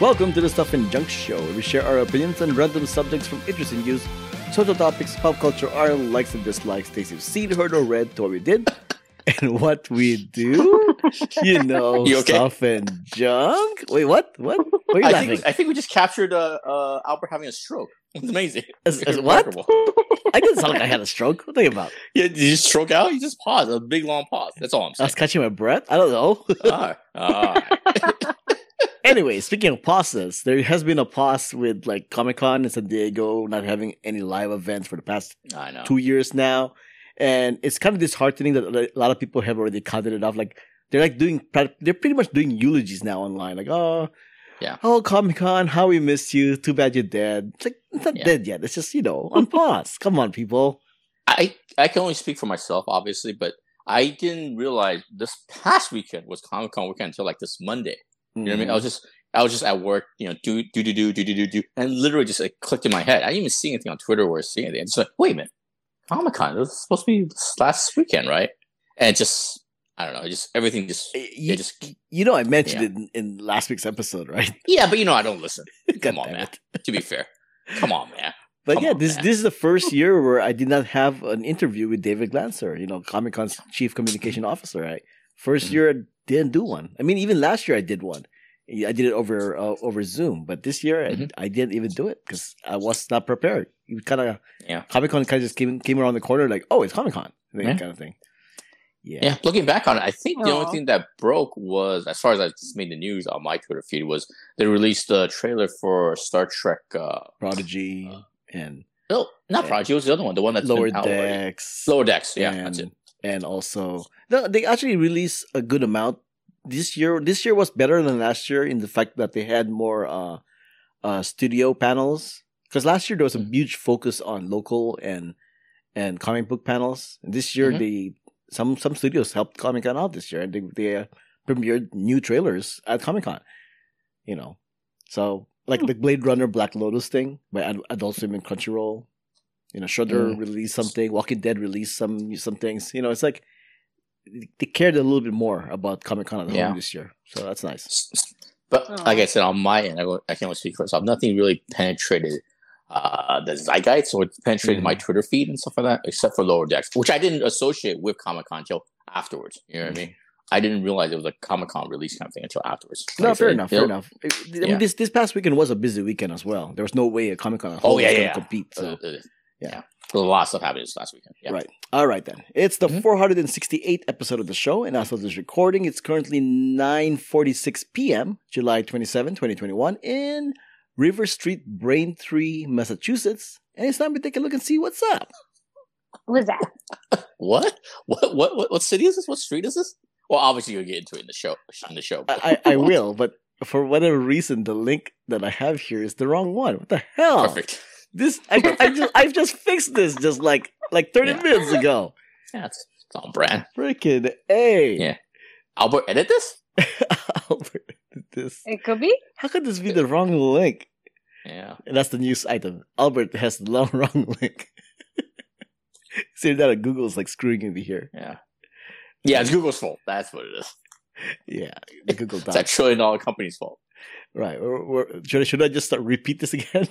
Welcome to the Stuff and Junk Show, where we share our opinions on random subjects from interest and news, social topics, pop culture, our likes and dislikes, things you've seen, heard, or read, to what we did, and what we do. You know, You okay? stuff and junk. Wait, what? What? What are you I laughing? think, I think we just captured uh, uh, Albert having a stroke. It's amazing. As- as what? Remarkable. I didn't sound like I had a stroke. What are you about? Yeah, did you stroke out? You just paused, a big long pause. That's all I'm I saying. was catching my breath. I don't know. All right. All right. anyway, speaking of pauses, there has been a pause with like Comic Con in San Diego not having any live events for the past I know. two years now, and it's kind of disheartening that like, a lot of people have already counted it off. Like they're like doing, pra- they're pretty much doing eulogies now online. Like, oh, Yeah. oh Comic Con, how we missed you. Too bad you're dead. It's like it's not Yeah. dead yet. It's just you know on pause. Come on, people. I, I can only speak for myself, obviously, but I didn't realize this past weekend was Comic Con weekend until like this Monday. You know what I Mm. mean? Oh, I was just I was just at work, you know, do do do do do do do do, and literally just like clicked in my head. I didn't even see anything on Twitter or see anything. It's like, wait a minute, Comic Con this was supposed to be this last weekend, right? And it just I don't know, it just everything just You, it just you know, I mentioned Yeah. it in, in last week's episode, right? yeah, but you know, I don't listen. God Come on, damn man. it. To be fair, come on, man. But Come yeah, on, this man. this is the first year where I did not have an interview with David Glancer, you know, Comic Con's chief communication officer. Right, 1st Mhm. year I didn't do one. I mean, even last year I did one. I did it over uh, over Zoom, but this year Mhm. I, I didn't even do it because I was not prepared. You kind of Yeah. Comic Con kind of just came came around the corner, like, oh, it's Comic Con, Yeah. kind of thing. Yeah. Yeah, looking back on it, I think the Aw. only thing that broke was, as far as I just made the news on my Twitter feed, was they released the trailer for Star Trek. Uh, Prodigy Uh, and no, not Yeah. Prodigy. It was the other one, the one that's been Lower out already. Decks. Lower Decks. Yeah, and, that's it. And also, no, they actually released a good amount this year. This year was better than last year in the fact that they had more uh, uh, studio panels. Because last year there was a Mhm. huge focus on local and and comic book panels. And this year Mhm. they some some studios helped Comic Con out this year, and they they uh, premiered new trailers at Comic Con. You know, so Hmm. like the Blade Runner Black Lotus thing by Ad- Adult Swim and Crunchyroll. You know, Shudder Mm. released something. Walking Dead released some some things. You know, it's like they cared a little bit more about Comic Con at Yeah. home this year, so that's nice. But Aw. like I said, on my end, I, go- I can only speak for myself. Nothing really penetrated uh, the zeitgeist or penetrated my Twitter feed and stuff like that, except for Lower Decks, which I didn't associate with Comic Con until afterwards. You know what I mean? I didn't realize it was a Comic Con release kind of thing until afterwards. No, Like I fair said, enough, you fair know, enough. I I mean, Yeah. this this past weekend was a busy weekend as well. There was no way a Comic Con at Oh, home yeah, was yeah, going yeah. to compete. So uh, uh, Yeah. yeah. There was a lot of stuff happened this last weekend. Yeah. Right. All right then. It's the Mhm. 468 episode of the show, and as of this recording, it's currently 9:46 p.m., July 27, 2021, in River Street, Braintree, Massachusetts. And it's time to take a look and see what's up. What's that? What? what? What? What? What city is this? What street is this? Well, obviously you'll get into it in the show. In the show, I, I, I will, but for whatever reason, the link that I have here is the wrong one. What the hell? perfect. This I, I just I've just fixed this just like like 30 Yeah. minutes ago. Yeah, it's, it's on brand. Freaking a. Yeah. Albert, edit this. Albert, this. It could be. How could this be the wrong link? Yeah. And that's the news item. Albert has the long wrong link. See that at Google's like screwing me here. Yeah. Yeah, it's Google's fault. That's what it is. Yeah, the Google It's a Docs. trillion dollar company's fault. Right. Or, or- should, I, should I just start repeat this again?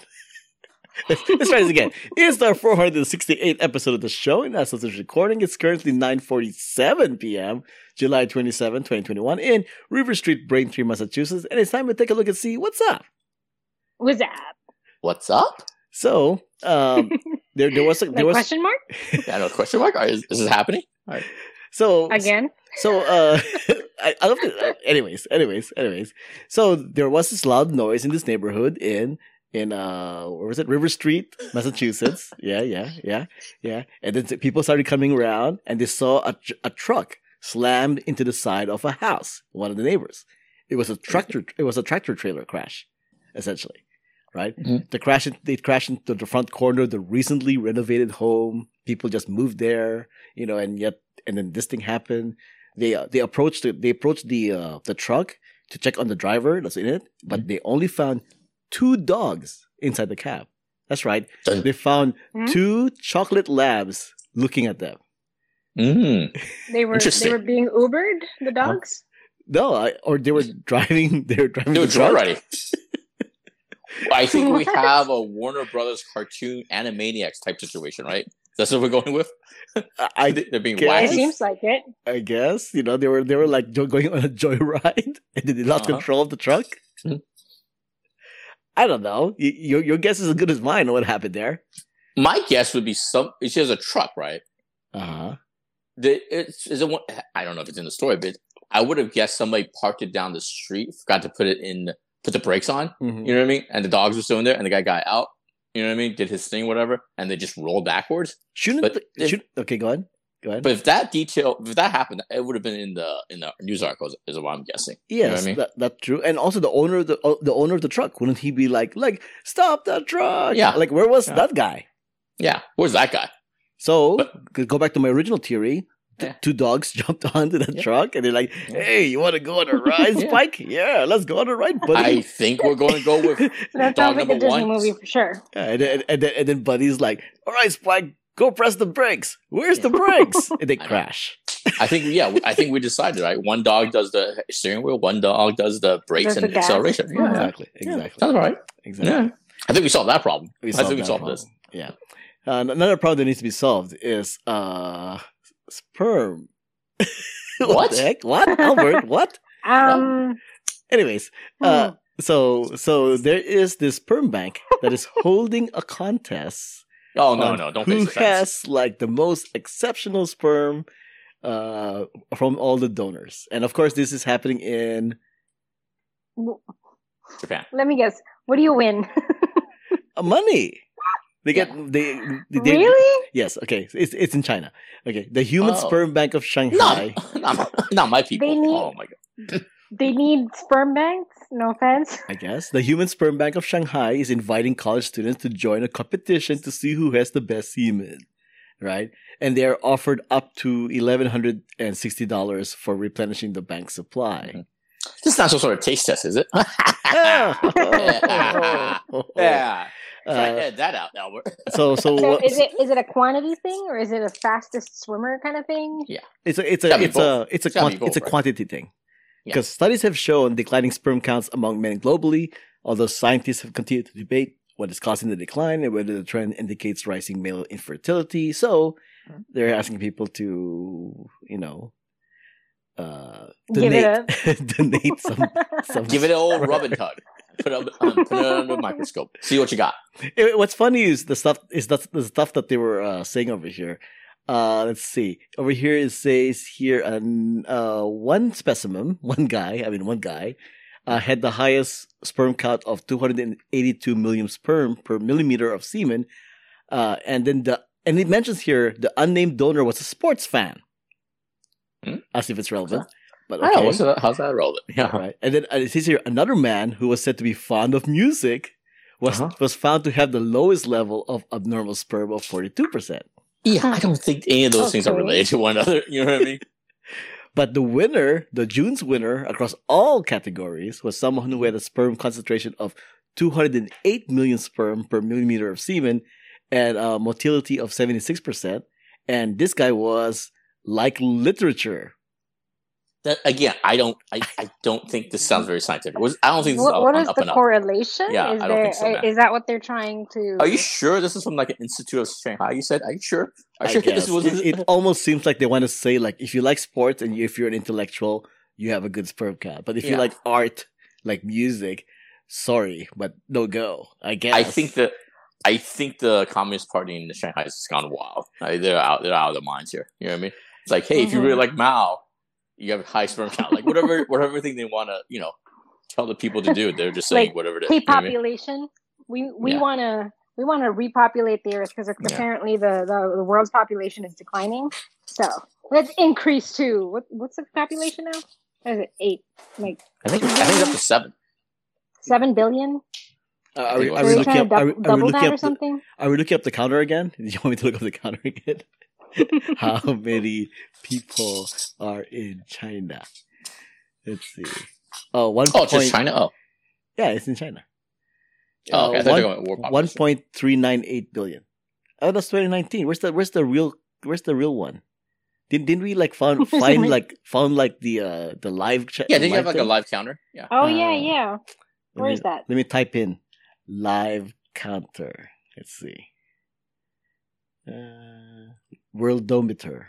Let's try this again. It's our 468th episode of the show, and as of this recording, it's currently 9:47 p.m., July 27, 2021, in River Street, Braintree, Massachusetts, and it's time to take a look and see what's up. What's that? What's up? So, um, there, there was a, there Like was question mark Yeah, no question mark. All right, Is, is this happening? so again? So, uh, I, I love it. Uh, anyways, anyways, anyways. So there was this loud noise in this neighborhood in in uh, where was it? River Street, Massachusetts. yeah, yeah, yeah, yeah. And then the people started coming around, and they saw a tr- a truck slammed into the side of a house. One of the neighbors. It was a tractor. It was a tractor trailer crash, essentially. Right. Mhm. The crash. They crashed into the front corner of the recently renovated home. People just moved there, you know, and yet, and then this thing happened they uh, they approached the, they approached the uh, the truck to check on the driver that's in it, but Mm-hmm. they only found two dogs inside the cab. That's right. Dun- They found Hmm? two chocolate labs looking at them. Mm. They were Interesting. they were being Ubered. The dogs. No, I, or they were driving. They were driving. They were the truck. joyriding. I think we have a Warner Brothers cartoon Animaniacs type situation, right? That's what we're going with. I They- They're being Okay. It Yes. wacky. seems like it. I guess you know they were they were like jo- going on a joyride and they did not Uh-huh. control the truck. Mhm. I don't know. Y- your your guess is as good as mine on what happened there. My guess would be some. It's just a truck, right? Uh Uh-huh. huh. The, it's, is it one, I don't know if it's in the story, but I would have guessed somebody parked it down the street, forgot to put it in, put the brakes on. Mm-hmm. You know what I mean? And the dogs were still in there, and the guy got out. You know what I mean? Did his thing, whatever, and they just rolled backwards. Shouldn't But the, if- should, okay. Go on. Go on. But if that detail, if that happened, it would have been in the in the news articles, is what I'm guessing. know what yes, I mean? that, that's true. And also the owner of the o- the owner of the truck wouldn't he be like like stop the truck? Yeah. Like where was Yeah. that guy? Yeah, where's that guy? So But- to go back to my original theory. th- Yeah. Two dogs jumped onto the Yeah. truck and they're like, Yeah. "Hey, you want to go on a ride, Yeah. Spike? Yeah, let's go on a ride, I buddy." think we're going to go with That Dog sounds like a number Disney one. movie for sure. Yeah, and, then- and, then, and then Buddy's like, all right, Spike, go press the brakes. Where's the brakes? And they I know. crash. I think yeah, I think we decided right. One dog does the steering wheel, one dog does the brakes Does and the gas. acceleration. Yeah, Yeah. Exactly. Exactly. sounds all right. Exactly. Yeah, I think we solved that problem. We I solved think we that solved problem. this. Yeah. Uh, an- another problem that needs to be solved is uh, sperm. What? the heck? What? Albert, what? Um, Anyways, Uh, so so there is this sperm bank that is holding a contest Oh no, on no, don't who face the fence. has like the most exceptional sperm uh, from all the donors, and of course, this is happening in w- Japan. hmm. let me guess. What do you win? uh, money. They get they, they, they- really? yes okay it's it's in China okay the human Oh. sperm bank of No, Shanghai not, my- not my people. They need- oh my god. They need sperm banks. No offense. I guess the human sperm bank of Shanghai is inviting college students to join a competition to see who has the best semen right and they are offered up to eleven hundred and sixty dollars for replenishing the bank supply. This is not some sort of taste test, is it? yeah. yeah. Try to Uh, edit that out, Albert. so so So what- is it is it a quantity thing or is it a fastest swimmer kind of thing? it's a it's a Gotta be it's a it's a Gotta be quanti- both, it's a right? quantity thing Yeah. because studies have shown declining sperm counts among men globally. Although scientists have continued to debate what is causing the decline and whether the trend indicates rising male infertility, so Mhm. they're asking people to you know uh, Give it donate donate some some Give it an old rub and tug. Put, up, um, put it under the microscope. See what you got. Eh, what's funny is the stuff is that the stuff that they were uh, saying over here. Uh, let's see. Over here it says here an uh, one specimen, one guy. I mean, one guy uh, had the highest sperm count of 282 million sperm per millimeter of semen, uh, and then the and it mentions here the unnamed donor was a sports fan. Hmm? As if it's relevant, but I don't know, okay. what's that- how's that relevant? Yeah. Right. And then uh, it says here another man who was said to be fond of music was Uh-huh. was found to have the lowest level of abnormal sperm of forty two percent. Yeah, I don't think any of those things are Okay. related to one another. You know what I mean? But the winner, the June's winner across all categories, was someone who had a sperm concentration of two hundred and eight million sperm per millimeter of semen and a motility of seventy six percent. And this guy was like literature. That, again, I don't. I, I don't think this sounds very scientific. Was- I don't think this What, is what on is up the and up. correlation? Yeah, is I don't think so, man. is that what they're trying to? Are you sure this is from like an institute of Shanghai? You said, are you sure? Are you sure guess. this was? it, it almost seems like they want to say like if you like sports and you, if you're an intellectual, you have a good sperm count. But if you Yeah. like art, like music, sorry, but no go. I guess. I think that I think the Communist Party in Shanghai has gone wild. Like, they're out. They're out of their minds here. You know what I mean? It's like, hey, if you Mhm. really like Mao, you have a high sperm count. Like whatever, whatever thing they want to, you know, tell the people to do. They're just saying Like, whatever it is. You know what I mean? repopulation? We we Yeah. want to we want to repopulate the Earth because Yeah. apparently the, the the world's population is declining. So let's increase to what what's the population now? What is it eight like I think I think it's up to seven. seven billion? Uh, are, we, are Are Are we they looking trying up? to Are we, are dou- we double looking that or up? The, something? are we looking up the counter again? Do you want me to look up the counter again? How many people are in China? Let's see. Oh, one Oh, point- it's just China. Oh, Yeah, it's in China. oh okay. I Uh, thought one- they were going war One population. point three nine eight billion. Oh, that's twenty nineteen. Where's the where's the real where's the real one? Didn't didn't we like found find like found like the uh the live chat? Yeah, did you have like a live counter? Yeah. Oh Uh, yeah, yeah. Let Where me, is that? Let me type in live counter. Let's see. Uh, worldometer.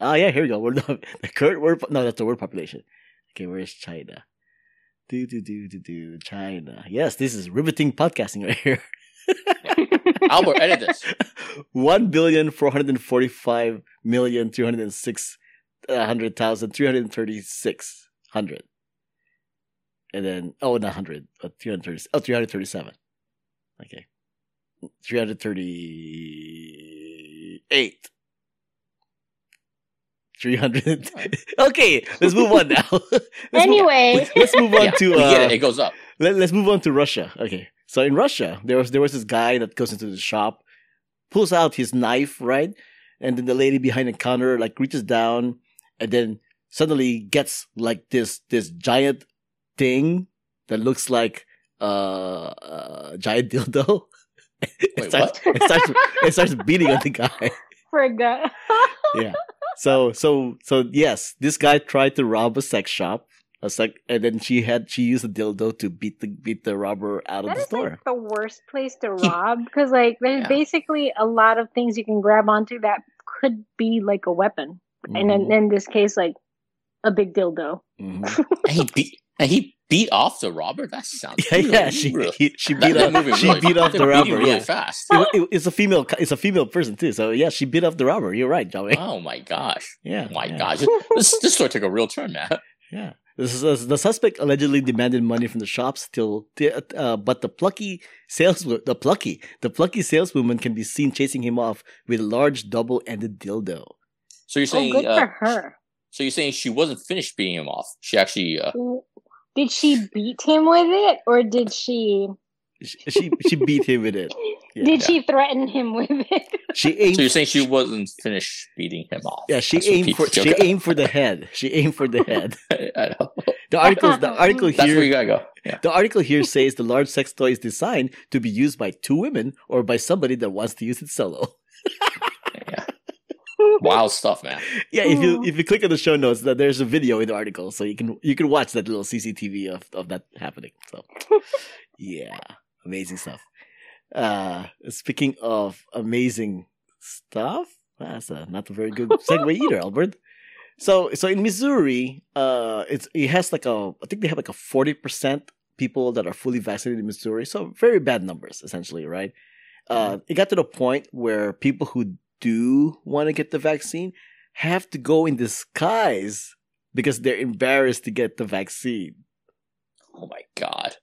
Ah, yeah, here we go. World the current world. No, that's the world population. Okay, where is China? Do do do do do China. Yes, this is riveting podcasting right here. Albert, edit this. One billion four hundred and forty-five million two hundred and six uh, hundred thousand three hundred and thirty-six hundred. And then oh, not hundred, uh, 330, oh, 337. Okay, three hundred thirty-eight. 300 okay let's move on now Let's move- anyway, let's, let's move on Yeah, to we get uh, it. It goes up. let, let's move on to Russia. Okay. So in Russia, there was there was this guy that goes into the shop, pulls out his knife, right? And then the lady behind the counter like reaches down and then suddenly gets like this this giant thing that looks like uh, a giant dildo. Wait, starts, It starts it starts beating on the guy. forgot. So so so yes, this guy tried to rob a sex shop. A sec, and then she had she used a dildo to beat the beat the robber out of That the is store. like the worst place to rob because like there's Yeah. basically a lot of things you can grab onto that could be like a weapon, Mm-hmm. and then in this case, like a big dildo. Mhm. And he beat and he beat off the robber. That sounds Yeah, yeah. really She real. he, she That- beat that up movie she really- beat off they the beat him robber. really yeah, fast. It- it- it's a female it's a female person too. So yeah, she beat up the robber. You're right, Joey. Oh my gosh! Yeah, Oh my yeah, gosh! This this story took a real turn, man. Yeah. This is- the suspect allegedly demanded money from the shops till, uh, but the plucky saleswoman, the plucky, the plucky saleswoman can be seen chasing him off with a large double-ended dildo. So you're Oh, saying good uh, for her. so you're saying she wasn't finished beating him off. She actually uh, Did she beat him with it, or did she She she, she beat him with it. Yeah. did she threaten him with it? She aimed. So you're saying she wasn't finished beating him off? yeah, she That's what aimed people for she joke aimed for the head. She aimed for the head. about. I know. The articles the article That's here where you gotta go. Yeah. The article here says the large sex toy is designed to be used by two women or by somebody that wants to use it solo. Wild stuff, man. Yeah, if you Oh. if you click on the show notes, that there's a video in the article, so you can you can watch that little CCTV of of that happening. So, yeah, amazing stuff. Uh, speaking of amazing stuff, that's a, not a very good segue either, Albert. So so in Missouri, uh, it's it has like a I think they have like a forty percent people that are fully vaccinated in Missouri. So very bad numbers, essentially, right? Uh, it got to the point where people who do want to get the vaccine have to go in disguise because they're embarrassed to get the vaccine. Oh my god.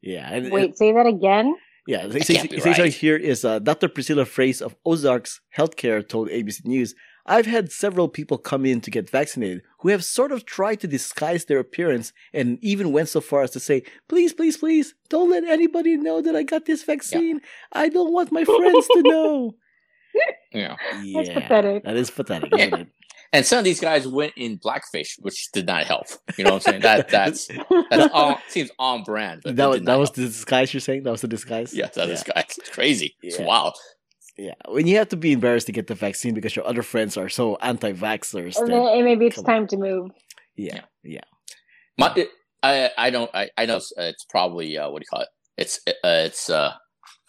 Yeah, and Wait, say that again. yeah. It That says, can't be it says right right. here is uh, Dr. Priscilla Fraze of Ozarks Healthcare told ABC News, "I've had several people come in to get vaccinated who have sort of tried to disguise their appearance and even went so far as to say, please, please, please, don't let anybody know that I got this vaccine. I don't want my friends to know." Yeah. That's pathetic. That is pathetic, isn't it? And some of these guys went in blackfish, which did not help. You know what I'm saying? That that's that's all seems on brand. But that it was did that not was help. the disguise you're saying. That was the disguise. yeah. That is guys. It's crazy. It's Yeah. wild. Yeah, when you have to be embarrassed to get the vaccine because your other friends are so anti-vaxxers. And that- then- maybe it's Come on. time to move. yeah, My, it, I I don't I, I know it's, uh, it's probably uh, what do you call it? It's uh, it's uh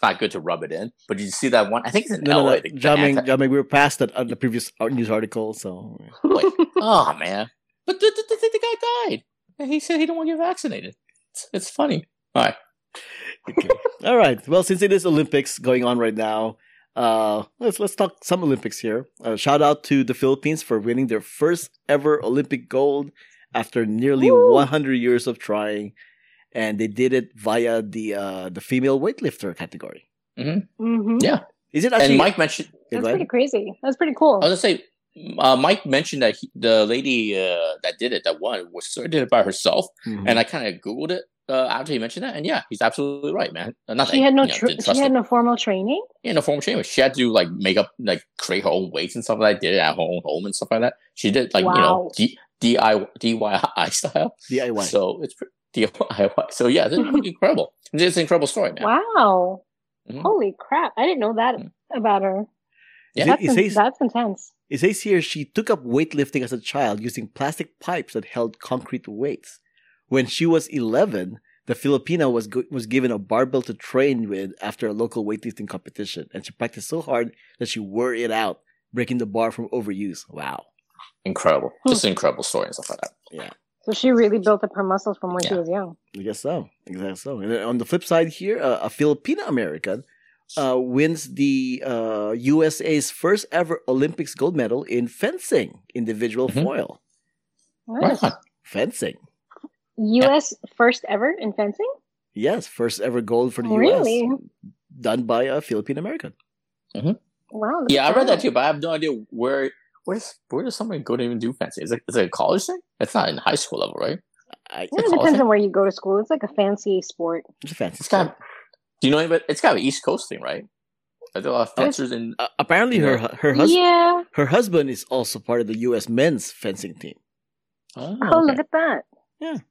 not good to rub it in. But did you see that one? I think it's in no, LA. no, no. the- the Jamming, anti- jamming. We were past that on the previous art- news article, so Wait. oh man! But the, the, the, the guy died. And he said he don't want to get vaccinated. It's, it's funny. All right. okay. all right. Well, since it is Olympics going on right now, uh, let's let's talk some Olympics here. Uh, shout out to the Philippines for winning their first ever Olympic gold after nearly Woo! 100 years of trying, and they did it via the uh, the female weightlifter category. hmm Yeah, Is it actually and Mike mentioned. Yeah, That's go ahead. pretty crazy. That's pretty I cool. was gonna say, uh, Mike mentioned that he, the lady uh, that did it, that won, was sort of did it by herself, Mhm. and I kind of googled it uh, after he mentioned that, and yeah, he's absolutely right, man. Uh, Not She that, had no you know, tr- didn't she trust had it. no formal training. Yeah, no formal training. She had to like make up, like create her own weights and stuff like that. Did it at her own home and stuff like that. She did like you Wow. know D- DIY DIY style. DIY. So it's pretty, DIY. So yeah, this is incredible. It's an incredible story, man. Wow. Mhm. Holy crap. I didn't know that Mm. about her. Yeah. Is it- That's, it in- says- that's intense. It says here she took up weightlifting as a child using plastic pipes that held concrete weights. When she was 11, the Filipina was go- was given a barbell to train with after a local weightlifting competition, and she practiced so hard that she wore it out, breaking the bar from overuse. Wow. Incredible. Hmm. Just an incredible story and stuff like that. So she really built up her muscles from when she Yeah. was young. I guess so. I guess so. And then on the flip side here, uh, a Filipino American uh, wins the uh, USA's first ever Olympics gold medal in fencing, individual Mhm. foil. Nice. Right on. Fencing. U.S. first ever in fencing. Yes, first ever gold for the Oh, Really? US. Done by a Filipino American. Wow. Yeah, I read that too. too, but I have no idea where where's where does somebody go to even do fancy? Is it is it a college thing? It's not in high school level, right? I, Yeah, it It's depends awesome. on where you go to school. It's like a fancy sport. it's a fancy. It's kind of sport. do you know anybody it's kind of an East Coast thing, right? Are there a lot of fencers in Uh, apparently, her hu- her husband yeah. her husband is also part of the U.S. men's fencing team. Oh, Oh, okay. look at that.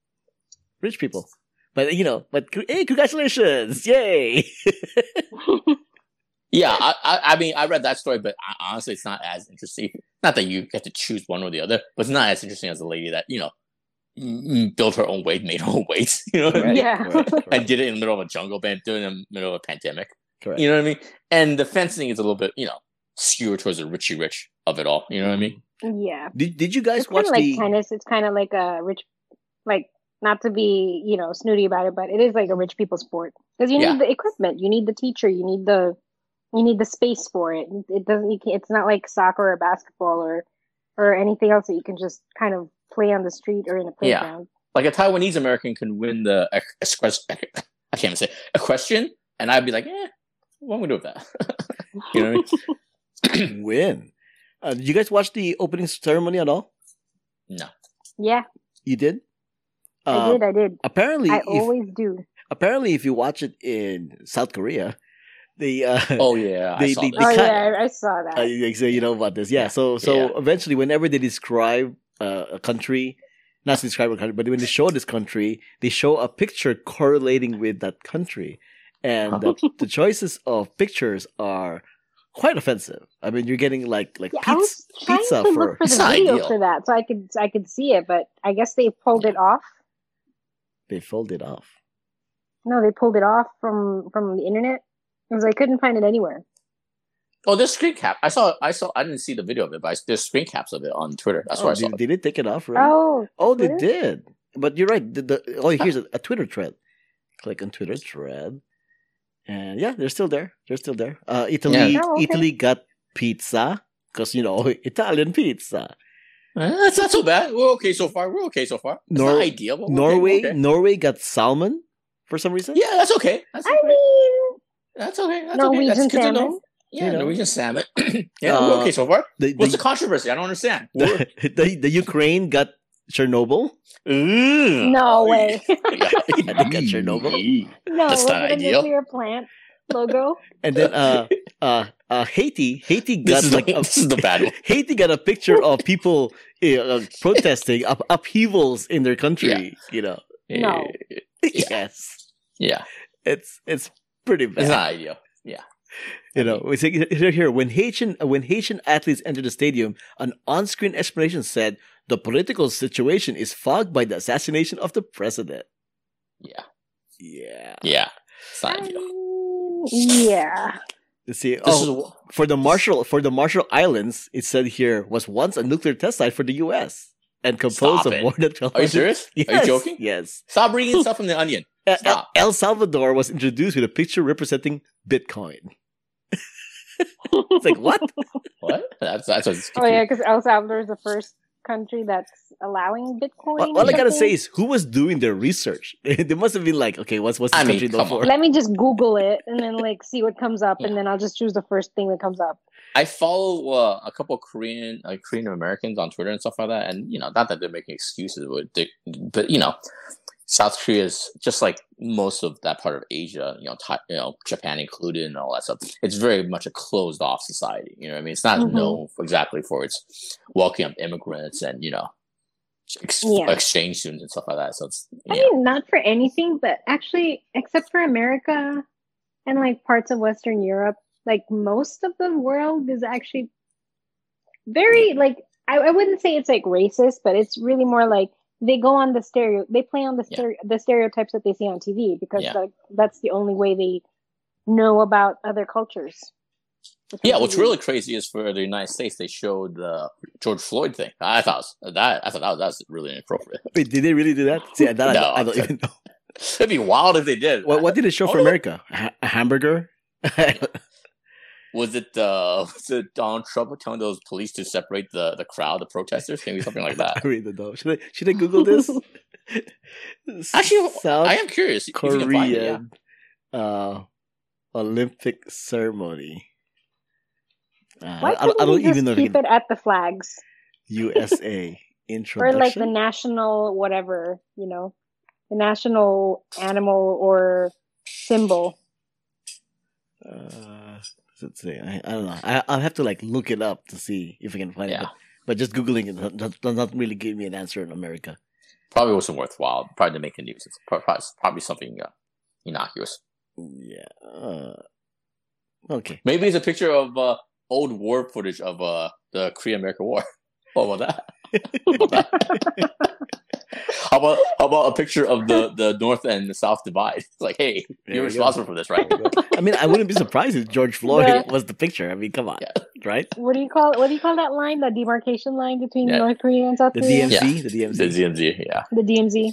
Rich people, but you know, but c- hey, congratulations! Yay! Yeah, I, I, I mean, I read that story, but I, honestly, it's not as interesting. Not that you have to choose one or the other, but it's not as interesting as the lady that you know m- m- built her own weight, made her own weights, you know, what I mean? Right, Yeah. right, right. and did it in the middle of a jungle, band, doing it in the middle of a pandemic. Correct. You know what I mean? And the fencing is a little bit, you know, skewed towards the richy rich of it all. You know what I mean? Yeah. Did, did you guys It's kind watch of like the? tennis. It's kind of like a rich, like not to be you know snooty about it, but it is like a rich people sport because you Yeah. need the equipment, you need the teacher, you need the you need the space for it. It doesn't. You can't, it's not like soccer or basketball or or anything else that you can just kind of play on the street or in a Yeah. playground. Like a Taiwanese American can win the equ- equest- equ- I can't even say a question, and I'd be like, eh, what am I gonna do with that? you know what I mean? win. Uh, did you guys watch the opening ceremony at all? Yeah, You did. Um, Uh, I did. I did. Apparently, I if, always do. apparently, if you watch it in South Korea, the uh, Oh yeah, I They- saw they- that. they Oh cut- yeah, I, I saw that. uh, you, so you know about this, yeah. Yeah. So so Yeah. eventually, whenever they describe uh, a country, not describe a country, but when they show this country, they show a picture correlating with that country, and the, the choices of pictures are quite offensive. I mean, you're getting like like Yeah, I pizza. was trying pizza for- to look for It's the not video ideal. for that, so I could I could see it, but I guess they pulled it off. They fold it off. No, they pulled it off from from the internet because I couldn't find it anywhere. Oh, there's screen cap. I saw. I saw. I didn't see the video of it, but I, there's screen caps of it on Twitter. That's oh, where I they, saw. it. they did take it off, right? Oh, Oh, they Twitter? did. But you're right. The, the, oh, here's a, a Twitter thread. Click on Twitter thread, and yeah, they're still there. They're still there. Uh, Italy, Yeah. Oh, okay. Italy got pizza because you know Italian pizza. Eh, That's not so bad. We're okay so far. We're okay so far. It's Nor- not ideal. But we're okay, Norway, we're okay. Norway got salmon for some reason. Yeah, that's okay. That's okay. I mean, that's okay. That's okay. Norwegian That's good to know. salmon. Yeah, You know. Norwegian salmon. yeah, Uh, we're okay so far. the, What's the the, controversy? I don't understand. We're- the, the, the Ukraine got Chernobyl. Ugh. No way. Oh, Yeah. they got Chernobyl. no, That's was not it a ideal. nuclear plant logo? And then uh, uh, uh, Haiti, Haiti got This is, like the, a, this is the bad one. Haiti got a picture of people uh, protesting up, upheavals in their country. You know, No. Eh, yes, Yeah, it's it's pretty bad. it's not ideal. you know, we say here, here when Haitian when Haitian athletes entered the stadium, an on-screen explanation said the political situation is fogged by the assassination of the president. Yeah, Yeah. yeah, it's not I ideal. mean, yeah. Let's see. This Oh, is for the Marshall for the Marshall Islands, it said here was once a nuclear test site for the U.S. and composed Stop of it. more than twelve. Are you serious? Are you Yes, joking? Yes. Stop reading stuff from the Onion. Uh, El, Stop. El Salvador was introduced with a picture representing Bitcoin. it's like what? What? That's that's what's Oh yeah, because El Salvador is the first country that's allowing Bitcoin. All, all I gotta something. say is who was doing their research? they must have been like, okay, what's what's the I mean, country known come for? on. Let me just Google it and then like see what comes up, and then I'll just choose the first thing that comes up. I follow uh, a couple Korean uh, Korean Americans on Twitter and stuff like that, and you know, not that they're making excuses, but they, but you know, South Korea is just like most of that part of Asia, you know, Thai, you know, Japan included, and all that stuff. It's very much a closed off society. You know, what I mean, it's not Mhm. known for exactly for its welcoming of immigrants and you know, ex- Yeah. exchange students and stuff like that. So it's I yeah, mean, not for anything, but actually, except for America and like parts of Western Europe, like most of the world is actually very like I, I wouldn't say it's like racist, but it's really more like they go on the stereo they play on the Yeah. stereo, the stereotypes that they see on TV because Yeah. like that's the only way they know about other cultures. It's Yeah, on what's TV. really crazy is for the United States, they showed the George Floyd thing. I thought that I thought that was, that was really inappropriate. Wait, did they really do that? See, I don't, No, I don't I'm even know. It'd be wild if they did. What, what did it show for Oh, no. America? A, ha- a hamburger? was it? Uh, was it Donald Trump telling those police to separate the, the crowd, the protesters, maybe something like I that? really don't know. Should I, should I Google this? Actually, South I am curious. if you can find it, yeah. Korean uh, Olympic ceremony. Uh, Why I, I couldn't don't we just even know. if you keep can- it at the flags USA or introduction. like the national whatever you know the national animal or symbol. Uh, does it say? I, I don't know. I, I'll have to like look it up to see if I can find it. Yeah. But, but just googling it does- does, does not really give me an answer in America. Probably wasn't worthwhile. Probably to make the news. It's pro- probably, probably something uh, innocuous. Yeah. Uh, okay. Maybe it's a picture of uh, old war footage of uh, the Korea-American War. What about that? how about how about a picture of the, the North and the South divide? It's like, hey, There you're we go. responsible for this, There right? we go. I mean, I wouldn't be surprised if George Floyd Yeah. was the picture. I mean, come on, Yeah. right? What do you call what do you call that line? The demarcation line between Yeah. North Korea and South The Korea? DMZ, the DMZ. The DMZ, yeah. The DMZ.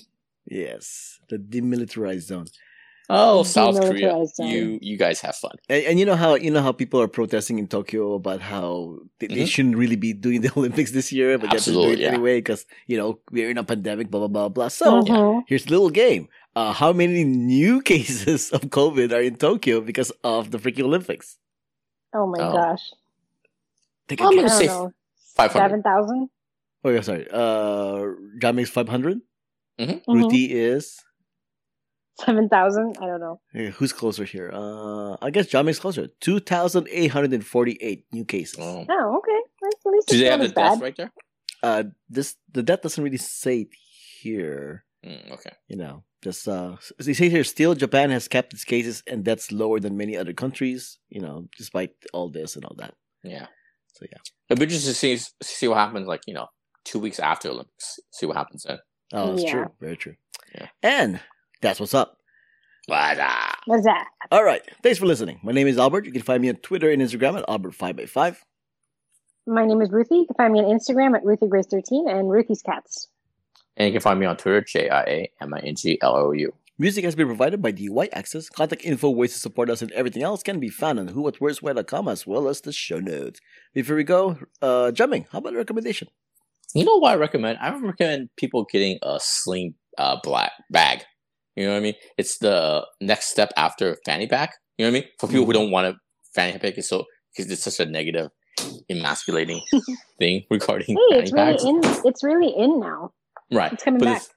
Yes, the demilitarized zone. Oh, South Korea, Demilitarized zone. you you guys have fun. And, and you know how you know how people are protesting in Tokyo about how they, they Mhm. shouldn't really be doing the Olympics this year, but they have to do it Absolutely, yeah. anyway because you know we're in a pandemic, blah blah blah blah. So Oh, Mhm. here's a little game: uh, how many new cases of COVID are in Tokyo because of the freaking Olympics? Oh my Oh. gosh. Take How Oh a many- guess. gonna say 500. Seven thousand? Oh yeah, sorry. Uh, John makes five hundred. Mhm. Ruti is. Seven thousand? I don't know. eh, Who's closer here? Uh, I guess John makes closer. Two thousand eight hundred and forty-eight new cases. Oh. Oh, okay. At least Do it's they have the not as bad. death right there? uh this the death doesn't really say it here Mm, okay. you know just uh they say here still japan has kept its cases and that's lower than many other countries you know despite all this and all that Yeah. so yeah It'd be interesting to see see what happens like, you know, two weeks after Olympics. See what happens then. oh that's Yeah. true very true Yeah. and that's what's up But, uh, What's that? all right thanks for listening my name is albert you can find me on twitter and instagram at albert5x5 My name is Ruthie. You can find me on Instagram at RuthieGrace13 and Ruthie's Cats. and you can find me on Twitter, J I A M I N G L O U. music has been provided by the white access contact info ways to support us and everything else can be found on whowhatwhereswhere.com as well as the show notes before we go uh jumping how about a recommendation You know what I recommend? I recommend people getting a sling uh, black bag. You know what I mean? It's the next step after fanny pack. You know what I mean? For people who don't want a fanny pack, it's so because it's such a negative, emasculating thing regarding Hey, fanny it's really packs. in it's really in now. right? It's coming but back. this-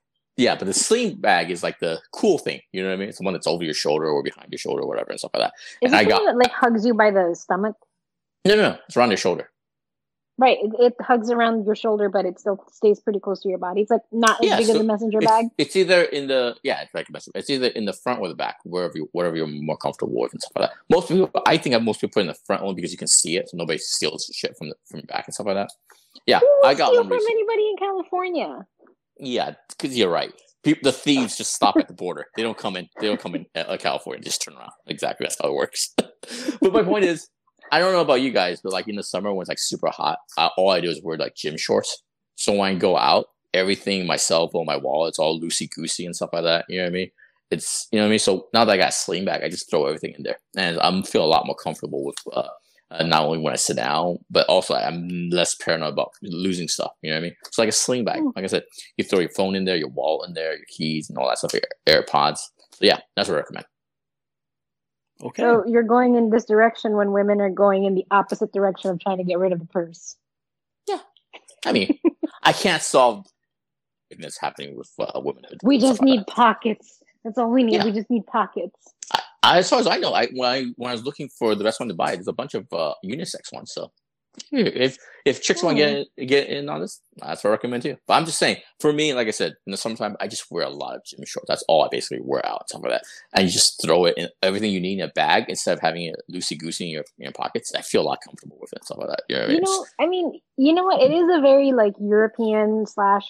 yeah, but the sling bag is like the cool thing. You know what I mean? It's the one that's over your shoulder or behind your shoulder or whatever and stuff like that. Is it I the got- one that like hugs you by the stomach? No, no, no. It's around your shoulder. Right. It, it hugs around your shoulder, but it still stays pretty close to your body. It's like not as Yeah, big so as a messenger It's, bag. it's either in the yeah, it's like a best- it's either in the front or the back, wherever you whatever you're more comfortable with and stuff like that. Most people, I think, I most people put in the front one because you can see it, so nobody steals shit from the from your back and stuff like that. Yeah, Who I would got steal one from recently. anybody in California? Yeah, because you're right. People, the thieves just stop at the border. They don't come in. They don't come in uh, California. They just turn around. Exactly. That's how it works. but my point is, I don't know about you guys, but like in the summer when it's like super hot, I, all I do is wear like gym shorts. So when I go out, everything, my cell phone, my wallet, it's all loosey goosey and stuff like that. You know what I mean? It's you know what I mean. So now that I got a sling bag, I just throw everything in there, and I'm feel a lot more comfortable with uh, uh, not only when I sit down, but also I'm less paranoid about losing stuff. You know what I mean? It's like a sling bag. Mm. Like I said, you throw your phone in there, your wallet in there, your keys and all that stuff, your AirPods. So yeah, that's what I recommend. okay So you're going in this direction when women are going in the opposite direction of trying to get rid of the purse. I mean, I can't solve everything that's happening with uh, womanhood. We and stuff just like need that. pockets. That's all we need. Yeah. We just need pockets. I, as far as I know, I when I when I was looking for the best one to buy, there's a bunch of uh, unisex ones. So if if chicks want to get get in on this, that's what I recommend too. But I'm just saying, for me, like I said, in the summertime, I just wear a lot of gym shorts. That's all I basically wear out and stuff like that. And you just throw it in everything you need in a bag instead of having it loosey goosey in your in your pockets. I feel a lot comfortable with it and stuff like that. You know what I mean? You know, I mean, you know what? It is a very like European slash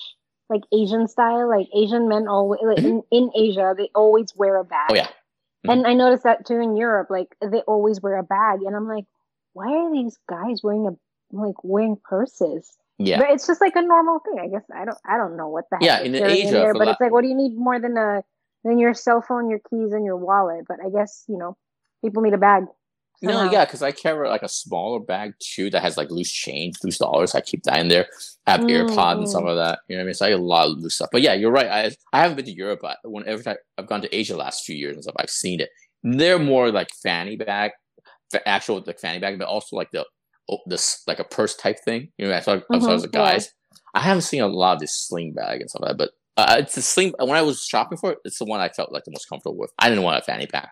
like Asian style. Like Asian men always like, in, in Asia they always wear a bag. Mm-hmm. Oh yeah. Mhm. And I noticed that too in Europe. Like they always wear a bag, and I'm like, why are these guys wearing a like wearing purses? Yeah. But it's just like a normal thing, I guess. I don't, I don't know what the heck. Yeah, in is going Asia, there, for but la- it's like, what do you need more than a than your cell phone, your keys, and your wallet? But I guess you know, people need a bag. No, somehow. yeah, because I carry like a smaller bag too that has like loose change, loose dollars. I keep that in there. I have Mm, AirPod and mm. some of that. You know what I mean? So I get a lot of loose stuff. But yeah, you're right. I I haven't been to Europe, but when every time I've gone to Asia last few years and stuff, I've seen it. They're more like fanny bag, the actual like fanny bag, but also like the oh, this like a purse type thing. You know, I thought I Mhm, was the yeah. guys. I haven't seen a lot of this sling bag and stuff like that, but. Uh, it's the sling. When I was shopping for it, it's the one I felt like the most comfortable with. I didn't want a fanny pack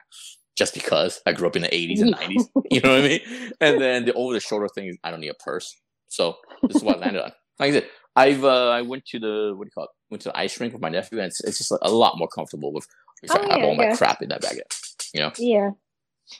just because I grew up in the 80s and 90s. You know what I mean? And then the over the shoulder thing is I don't need a purse. So this is what I landed on. Like I said, I've uh, I went to the what do you call it? Went to the ice rink with my nephew, and it's, it's just like, a lot more comfortable with. Because Oh, I have yeah, all my yeah. crap in that bag. You know? Yeah,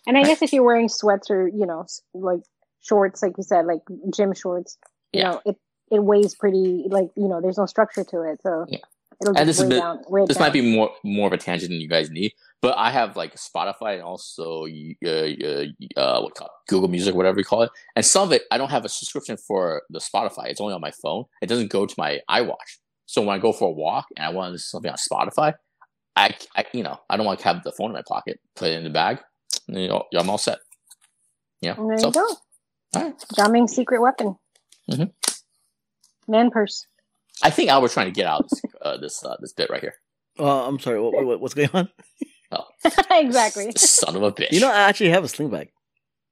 and I guess if you're wearing sweats or you know, s- like shorts, like you said, like gym shorts, you Yeah. know, it it weighs pretty. Like you know, there's no structure to it, so Yeah. it'll And this just is weigh the- down. Weigh it This down. might be more more of a tangent than you guys need, but I have like Spotify and also uh, uh, uh, what call it? Google Music, whatever you call it. And some of it, I don't have a subscription for the Spotify. It's only on my phone. It doesn't go to my iWatch. So when I go for a walk and I want to listen to something on Spotify, I, c- I- you know I don't want to have the phone in my pocket, put it in the bag. and, You know, I'm all set. Yeah. And there so, you go. all right. Jamming secret weapon. Mhm. Mm-hmm. Man purse. I think Albert's trying to get out of this uh, this uh, this bit right here. Uh, I'm sorry. What, what, what's going on? exactly. Son of a bitch. You know, I actually have a sling bag.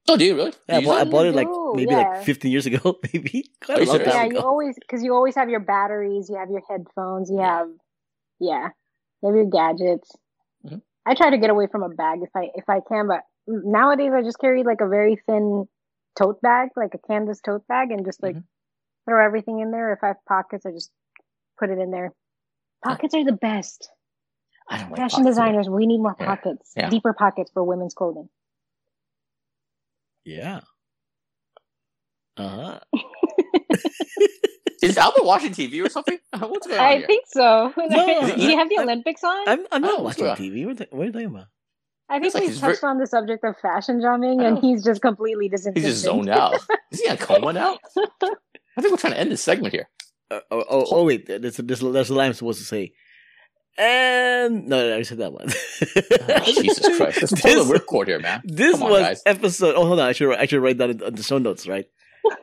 Oh, do you really? Yeah, I You bought, I do? bought it like You do, maybe yeah. like 15 years ago, maybe quite Are a you long serious? yeah, time you ago. always because you always have your batteries, you have your headphones, you have yeah, you have your gadgets. Mhm. I try to get away from a bag if I if I can, but nowadays I just carry like a very thin tote bag, like a canvas tote bag, and just like Mhm. throw everything in there. If I have pockets, I just put it in there. Pockets are the best. I don't like Fashion pockets. designers, we need more Yeah. pockets, Yeah. deeper pockets for women's clothing. Yeah. Uh huh. Is Albert watching TV or something? What's going on I here? think so. No, Do you have the I- Olympics on? I'm I'm not Oh, watching yeah. TV. What, the- what are you talking about? I think It's like we he's touched ver- on the subject of fashion jamming, I and know. he's just completely disinterested. He's just zoned out. Is he on coma now? I think we're trying to end this segment here. Uh, oh, oh, oh wait, there's there's there's a line I'm supposed to say. And no, no, I said that one. Oh, Jesus Christ. Let's pull the this ripcord here, man. this Come on, was guys. episode. Oh, hold on. I should I should write that in, on the show notes, right?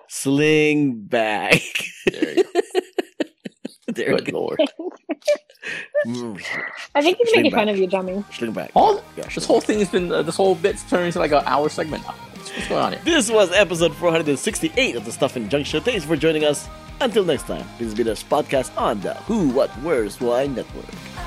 Sling bag. There you go. there Good we go. lord. Mm, I think he's Sling making back. fun of you, jamming. Sling bag. All Yeah, this sling whole bag. thing has been uh, this whole bit's turned into like an hour segment now. What's going on here? This was episode 468 of the Stuff and Junk Show. Thanks for joining us. Until next time, this has been us podcast on the Who, What, Where's, Why Network. I